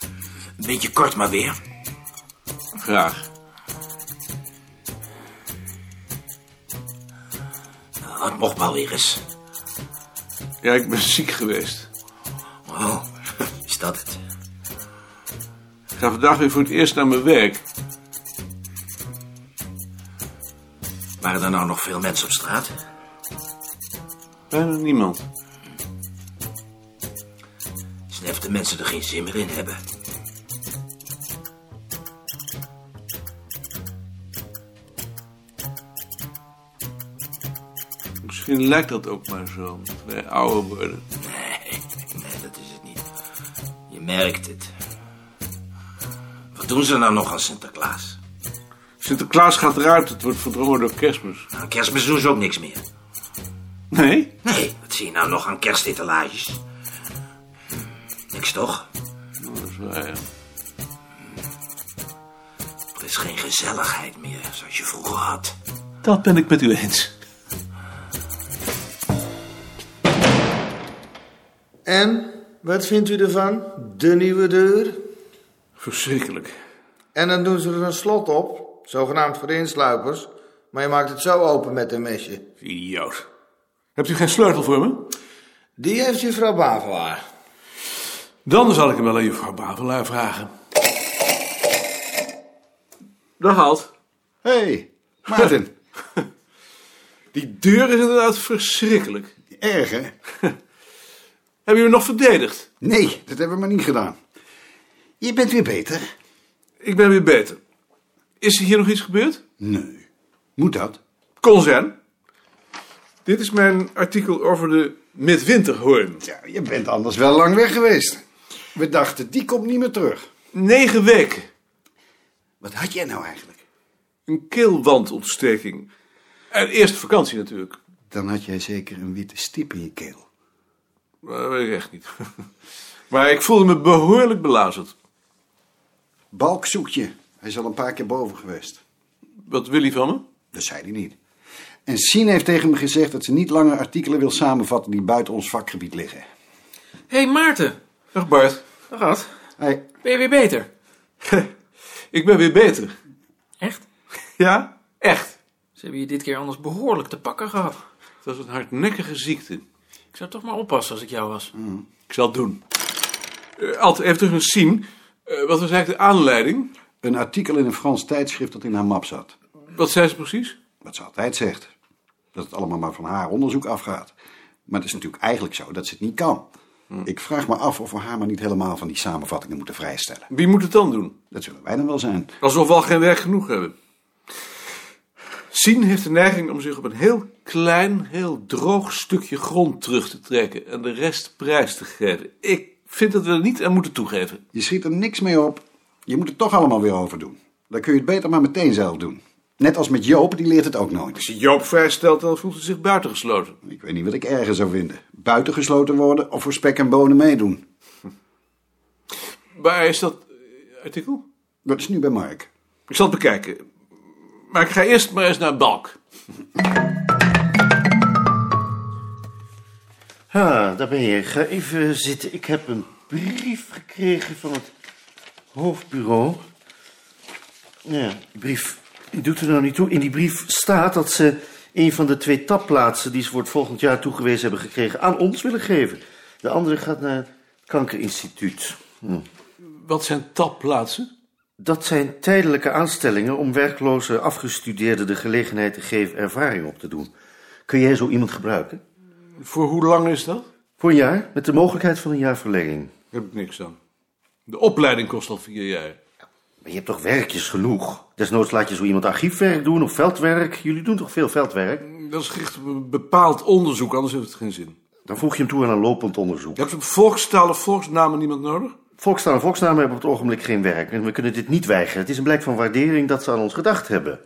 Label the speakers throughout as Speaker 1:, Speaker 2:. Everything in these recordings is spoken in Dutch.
Speaker 1: Een beetje kort maar weer.
Speaker 2: Graag.
Speaker 1: Wat mocht maar weer eens.
Speaker 2: Ja, ik ben ziek geweest.
Speaker 1: Oh, is dat het?
Speaker 2: Ik ga vandaag weer voor het eerst naar mijn werk.
Speaker 1: Waren er nou nog veel mensen op straat?
Speaker 2: Bijna niemand.
Speaker 1: Snef de mensen er geen zin meer in hebben.
Speaker 2: Misschien lijkt dat ook maar zo, omdat wij ouder worden.
Speaker 1: Nee, nee, dat is het niet. Je merkt het. Wat doen ze nou nog aan Sinterklaas?
Speaker 2: Sinterklaas gaat eruit, het wordt verdrongen door kerstmis.
Speaker 1: Aan kerstmis doen ze ook niks meer.
Speaker 2: Nee?
Speaker 1: Nee, wat zie je nou nog aan kerstetalages? Niks toch?
Speaker 2: Nou, dat is waar, ja.
Speaker 1: Er is geen gezelligheid meer zoals je vroeger had.
Speaker 2: Dat ben ik met u eens.
Speaker 3: En, wat vindt u ervan? De nieuwe deur?
Speaker 2: Verschrikkelijk.
Speaker 3: En dan doen ze er een slot op, zogenaamd voor de insluipers. Maar je maakt het zo open met een mesje.
Speaker 2: Idioot. Hebt u geen sleutel voor me?
Speaker 3: Die heeft juffrouw Bavelaar.
Speaker 2: Dan zal ik hem wel aan juffrouw Bavelaar vragen. Dag Halt.
Speaker 4: hey, Maarten.
Speaker 2: Die deur is inderdaad verschrikkelijk.
Speaker 4: Erg, hè?
Speaker 2: Hebben jullie nog verdedigd?
Speaker 4: Nee, dat hebben we maar niet gedaan. Je bent weer beter?
Speaker 2: Ik ben weer beter. Is hier nog iets gebeurd?
Speaker 4: Nee. Moet dat?
Speaker 2: Kon zijn. Dit is mijn artikel over de midwinterhoorn.
Speaker 4: Ja, je bent anders wel lang weg geweest. We dachten, die komt niet meer terug.
Speaker 2: Negen weken.
Speaker 4: Wat had jij nou eigenlijk?
Speaker 2: Een keelwandontsteking. En eerst vakantie natuurlijk.
Speaker 4: Dan had jij zeker een witte stip in je keel.
Speaker 2: Maar dat weet ik echt niet. Maar ik voelde me behoorlijk belazerd.
Speaker 4: Balk zoekt je. Hij is al een paar keer boven geweest.
Speaker 2: Wat wil hij van me?
Speaker 4: Dat zei hij niet. En Sien heeft tegen me gezegd dat ze niet langer artikelen wil samenvatten die buiten ons vakgebied liggen.
Speaker 5: Hé hey Maarten,
Speaker 2: Dag Bart.
Speaker 5: dag Ad.
Speaker 4: Hij,
Speaker 5: Ben je weer beter?
Speaker 2: ik ben weer beter.
Speaker 5: Echt?
Speaker 2: Ja? Echt.
Speaker 5: Ze hebben je dit keer anders behoorlijk te pakken gehad.
Speaker 2: Het was een hardnekkige ziekte.
Speaker 5: Ik zou toch maar oppassen als ik jou was.
Speaker 6: Mm.
Speaker 2: Ik zal het doen. Eh Alt, even terug naar Sien. Eh, wat was eigenlijk de aanleiding?
Speaker 4: een artikel in een Frans tijdschrift dat in haar map zat.
Speaker 2: Wat zei ze precies?
Speaker 4: Wat ze altijd zegt. Dat het allemaal maar van haar onderzoek afgaat. Maar het is natuurlijk eigenlijk zo dat ze het niet kan. Ik vraag me af of we haar maar niet helemaal van die samenvattingen moeten vrijstellen.
Speaker 2: Wie moet het dan doen?
Speaker 4: Dat zullen wij dan wel zijn.
Speaker 2: Alsof we al geen werk genoeg hebben. Sien heeft de neiging om zich op een heel klein, heel droog stukje grond terug te trekken en de rest prijs te geven. Ik vind dat we er niet aan moeten toegeven.
Speaker 4: Je schiet er niks mee op. Je moet het toch allemaal weer overdoen. Dan kun je het beter maar meteen zelf doen. Net als met Joop, die leert het ook nooit.
Speaker 2: Als je Joop vrijstelt, dan voelt hij zich buitengesloten.
Speaker 4: Ik weet niet wat ik erger zou vinden. Buitengesloten worden of voor spek en bonen meedoen.
Speaker 2: Waar is dat eh, artikel?
Speaker 4: Dat is nu bij Mark.
Speaker 2: Ik zal het bekijken. Maar ik ga eerst maar eens naar Balk.
Speaker 7: Ha, daar ben je. Ga even zitten. Ik heb een brief gekregen van het hoofdbureau. Ja, die brief die doet er nou niet toe. In die brief staat dat ze een van de twee tapplaatsen die ze voor het volgend jaar toegewezen hebben gekregen aan ons willen geven. De andere gaat naar het kankerinstituut. Hm.
Speaker 2: Wat zijn tapplaatsen?
Speaker 7: Dat zijn tijdelijke aanstellingen om werkloze afgestudeerden de gelegenheid te geven ervaring op te doen. Kun jij zo iemand gebruiken?
Speaker 2: Voor hoe lang is dat?
Speaker 7: Voor een jaar, met de mogelijkheid van een jaar verlenging.
Speaker 2: Daar heb ik niks aan. De opleiding kost al vier jaar.
Speaker 7: Maar je hebt toch werkjes genoeg? Desnoods laat je zo iemand archiefwerk doen of veldwerk. Jullie doen toch veel veldwerk?
Speaker 2: Dat is gericht op een bepaald onderzoek, anders heeft het geen zin.
Speaker 7: Dan voeg je hem toe aan een lopend onderzoek.
Speaker 2: Je hebt op volkstaal of volksnamen niemand nodig?
Speaker 7: Volkstaal en volksnamen hebben op het ogenblik geen werk. En we kunnen dit niet weigeren. Het is een blijk van waardering dat ze aan ons gedacht hebben.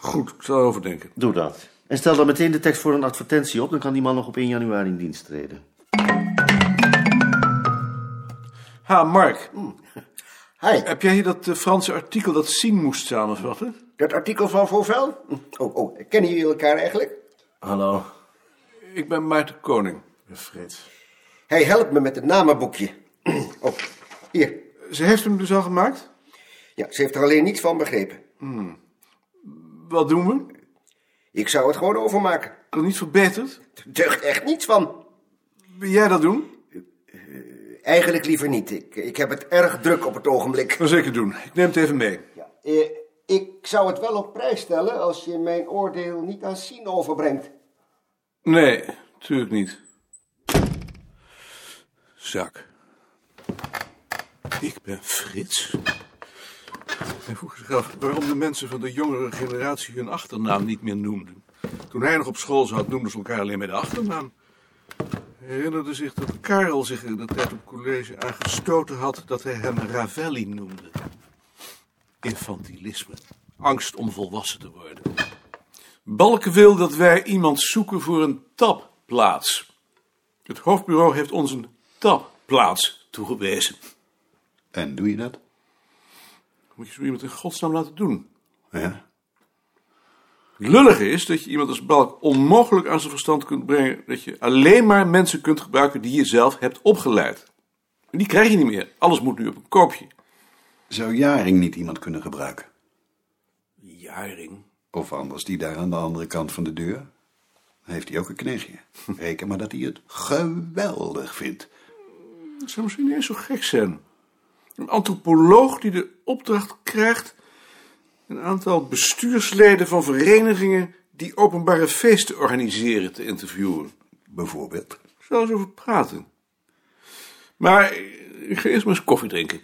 Speaker 2: Goed, ik zal erover denken.
Speaker 7: Doe dat. En stel dan meteen de tekst voor een advertentie op. Dan kan die man nog op 1 januari in dienst treden.
Speaker 2: Ha, Mark.
Speaker 3: Hmm. Hij,
Speaker 2: Heb jij hier dat eh, Franse artikel dat Sien moest samenvatten?
Speaker 3: dat artikel van Vauvel? Oh, oh, kennen jullie elkaar eigenlijk?
Speaker 7: Hallo.
Speaker 2: Ik ben Maarten Koning.
Speaker 3: Hij helpt me met het namenboekje. Oh, hier.
Speaker 2: Ze heeft hem dus al gemaakt?
Speaker 8: Ja, ze heeft er alleen niets van begrepen.
Speaker 2: Wat doen we?
Speaker 8: Ik zou het gewoon overmaken.
Speaker 2: Nog niet verbeterd?
Speaker 8: Er deugt echt niets van.
Speaker 2: Wil jij dat doen?
Speaker 8: Eigenlijk liever niet. Ik, ik heb het erg druk op het ogenblik.
Speaker 2: Wel zeker doen. Ik neem het even mee.
Speaker 8: Ja, eh, ik zou het wel op prijs stellen als je mijn oordeel niet aan Sien overbrengt.
Speaker 2: Nee, natuurlijk niet. Zak. Ik ben Frits. Hij vroeg zich af waarom de mensen van de jongere generatie hun achternaam niet meer noemden. Toen hij nog op school zat, noemden ze elkaar alleen met de achternaam. Hij herinnerde zich dat Karel zich in de tijd op college aangestoten had dat hij hem Ravelli noemde. Infantilisme. Angst om volwassen te worden. Balken wil dat wij iemand zoeken voor een tapplaats. Het hoofdbureau heeft ons een tapplaats toegewezen.
Speaker 4: En doe je dat?
Speaker 2: Moet je zo iemand in godsnaam laten doen?
Speaker 4: Ja.
Speaker 2: Lullig is dat je iemand als Balk onmogelijk aan zijn verstand kunt brengen dat je alleen maar mensen kunt gebruiken die je zelf hebt opgeleid. En die krijg je niet meer. Alles moet nu op een koopje.
Speaker 4: Zou Jaring niet iemand kunnen gebruiken?
Speaker 2: Jaring.
Speaker 4: Of anders die daar aan de andere kant van de deur? Heeft hij ook een knechtje? Reken maar dat hij het geweldig vindt.
Speaker 2: Dat zou misschien niet eens zo gek zijn. Een antropoloog die de opdracht krijgt een aantal bestuursleden van verenigingen die openbare feesten organiseren te interviewen.
Speaker 4: Bijvoorbeeld.
Speaker 2: Ik zal eens over praten. Maar ik ga eerst maar eens koffie drinken.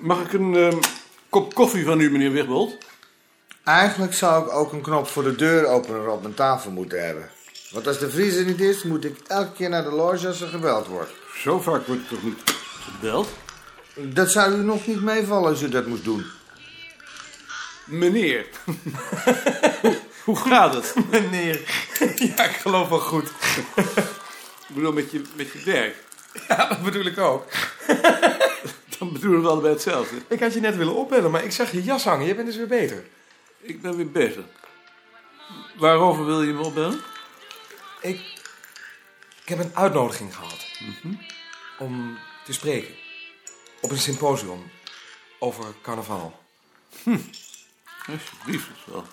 Speaker 2: Mag ik een ehm, kop koffie van u, meneer Wigbold?
Speaker 3: Eigenlijk zou ik ook een knop voor de deuropener op mijn tafel moeten hebben. Want als de vriezer niet is, moet ik elke keer naar de loge als er gebeld wordt.
Speaker 2: Zo vaak wordt het toch niet gebeld?
Speaker 3: Dat zou u nog niet meevallen als u dat moest doen.
Speaker 2: Meneer. Hoe gaat het?
Speaker 5: Meneer. Ja, ik geloof wel goed.
Speaker 2: Ik bedoel, met je, met je werk.
Speaker 5: Ja, dat bedoel ik ook.
Speaker 2: Dan bedoelen we allebei hetzelfde.
Speaker 5: Ik had je net willen opbellen, maar ik zag je jas hangen. Je bent dus weer beter.
Speaker 2: Ik ben weer bezig. Waarover wil je me opbellen?
Speaker 5: Ik, ik heb een uitnodiging gehad. Mhm. Om te spreken. Op een symposium. Over carnaval.
Speaker 2: Alsjeblieft, dat is wel.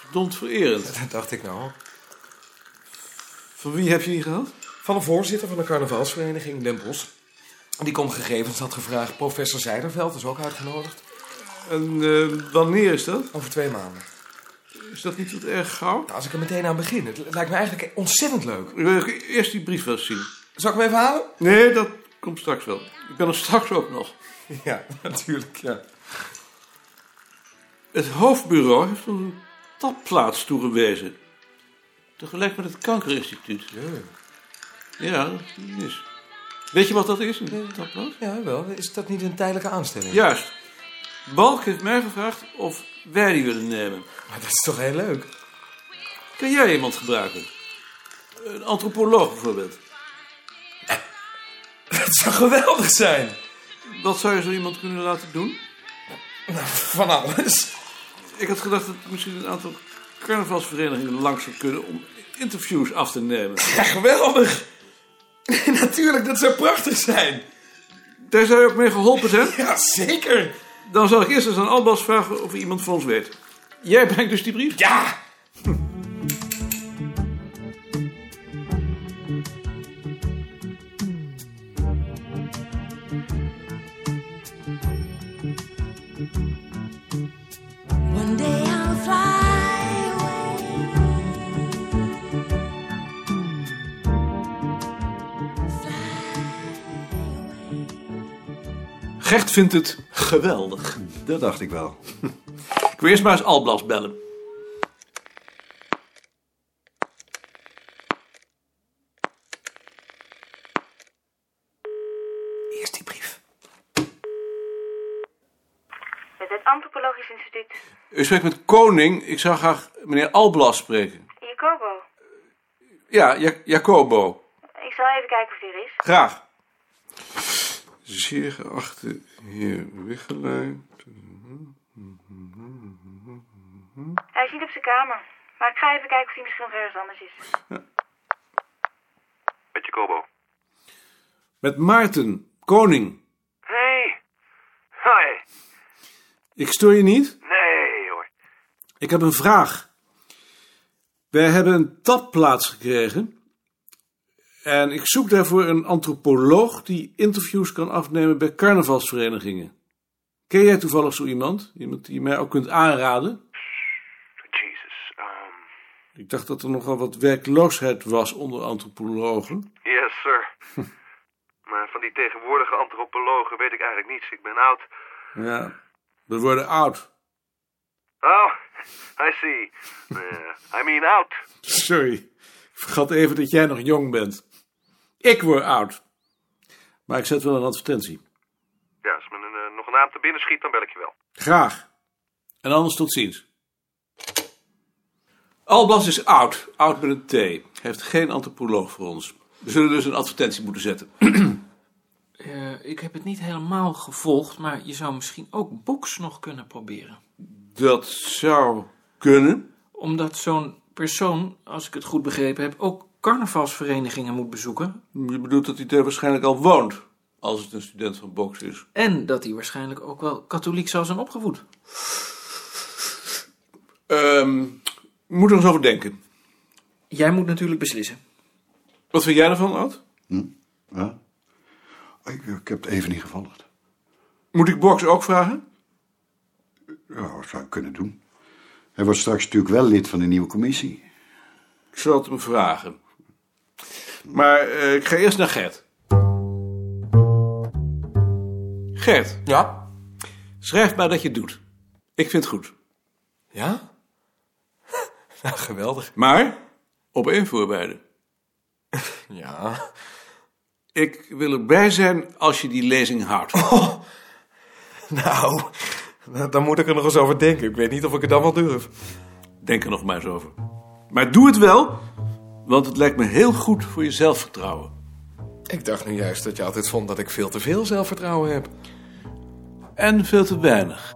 Speaker 2: Verdomd vererend.
Speaker 5: Dat dacht ik nou ook.
Speaker 2: Van wie heb je die gehad?
Speaker 5: Van de voorzitter van de carnavalsvereniging Den Bosch. Die komt gegevens had gevraagd. Professor Zijderveld is ook uitgenodigd.
Speaker 2: En eh, wanneer is dat?
Speaker 5: Over twee maanden.
Speaker 2: Is dat niet wat erg gauw?
Speaker 5: Nou, als ik er meteen aan begin. Het lijkt me eigenlijk ontzettend leuk.
Speaker 2: Ik wil eerst die brief wel eens zien.
Speaker 5: Zal ik hem even halen?
Speaker 2: Nee, dat komt straks wel. Ik ben er straks ook nog.
Speaker 5: Ja, natuurlijk. Ja.
Speaker 2: Het hoofdbureau heeft ons een tapplaats toegewezen. Tegelijk met het kankerinstituut. Ja, dat is mis. Weet je wat dat is, een tapplaats?
Speaker 5: Ja, wel. Is dat niet een tijdelijke aanstelling?
Speaker 2: Juist. Balk heeft mij gevraagd of wij die willen nemen.
Speaker 5: Maar dat is toch heel leuk?
Speaker 2: Kan jij iemand gebruiken? Een antropoloog bijvoorbeeld.
Speaker 5: Dat zou geweldig zijn.
Speaker 2: Wat zou je zo iemand kunnen laten doen?
Speaker 5: Nou, van alles.
Speaker 2: Ik had gedacht dat misschien een aantal carnavalsverenigingen langs zou kunnen om interviews af te nemen.
Speaker 5: Ja, geweldig. natuurlijk, dat zou prachtig zijn.
Speaker 2: Daar zou je ook mee geholpen zijn.
Speaker 5: Ja, zeker.
Speaker 2: Dan zal ik eerst eens aan Albas vragen of hij iemand van ons weet. Jij brengt dus die brief?
Speaker 5: Ja.
Speaker 9: One day I'll fly away.
Speaker 2: Gert vindt het geweldig.
Speaker 4: Dat dacht ik wel.
Speaker 2: Ik wil eerst maar eens Alblas bellen.
Speaker 5: Eerst die brief.
Speaker 10: Antropologisch Instituut.
Speaker 2: U spreekt met Koning. Ik zou graag meneer Alblas spreken.
Speaker 10: Jacobo,
Speaker 2: Ja, Ja- Jacobo.
Speaker 10: ik zal even kijken of die er is.
Speaker 2: Graag. Zeer geachte heer Wichelaar.
Speaker 10: Hij is niet op zijn kamer. Maar ik ga even kijken of hij misschien nog ergens anders is.
Speaker 11: Met Jacobo.
Speaker 2: Met Maarten, Koning.
Speaker 11: Hey. Hoi.
Speaker 2: Ik stoor je niet?
Speaker 11: Nee hoor.
Speaker 2: Ik heb een vraag. Wij hebben een tapplaats gekregen. En ik zoek daarvoor een antropoloog die interviews kan afnemen bij carnavalsverenigingen. Ken jij toevallig zo iemand? Iemand die je mij ook kunt aanraden?
Speaker 11: Jesus. Um,
Speaker 2: Ik dacht dat er nogal wat werkloosheid was onder antropologen.
Speaker 11: yes sir. maar van die tegenwoordige antropologen weet ik eigenlijk niets. Ik ben oud.
Speaker 2: Ja, we worden oud.
Speaker 11: Oh, I see. Eh, I mean out.
Speaker 2: Sorry, ik vergat even dat jij nog jong bent. Ik word oud. Maar ik zet wel een advertentie.
Speaker 11: Ja, als me een, eh, nog een naam te binnen schiet, dan bel ik je wel.
Speaker 2: Graag. En anders tot ziens. Alblas is oud, oud met een T. Hij heeft geen antropoloog voor ons. We zullen dus een advertentie moeten zetten.
Speaker 6: Eh, ik heb het niet helemaal gevolgd, maar je zou misschien ook box nog kunnen proberen.
Speaker 2: Dat zou kunnen.
Speaker 6: Omdat zo'n persoon, als ik het goed begrepen heb, ook carnavalsverenigingen moet bezoeken.
Speaker 2: Je bedoelt dat hij daar waarschijnlijk al woont, als het een student van box is.
Speaker 6: En dat hij waarschijnlijk ook wel katholiek zou zijn opgevoed.
Speaker 2: Ehm, moet er eens over denken.
Speaker 6: Jij moet natuurlijk beslissen.
Speaker 2: Wat vind jij ervan, Ad?
Speaker 4: Ja? Ik, ik heb het even niet gevolgd.
Speaker 2: Moet ik Box ook vragen?
Speaker 4: Ja, dat zou ik kunnen doen. Hij wordt straks natuurlijk wel lid van de nieuwe commissie.
Speaker 2: Ik zal het hem vragen. Maar eh, ik ga eerst naar Gert. Gert,
Speaker 5: Ja?
Speaker 2: schrijf maar dat je het doet. Ik vind het goed.
Speaker 5: Ja? nou, geweldig.
Speaker 2: Maar op één voorwaarde.
Speaker 5: Ja.
Speaker 2: Ik wil erbij zijn als je die lezing houdt.
Speaker 5: Nou, dan moet ik er nog eens over denken. Ik weet niet of ik het dan wel durf.
Speaker 2: Denk er nog maar eens over. Maar doe het wel, want het lijkt me heel goed voor je zelfvertrouwen.
Speaker 5: Ik dacht nu juist dat je altijd vond dat ik veel te veel zelfvertrouwen heb.
Speaker 2: En veel te weinig.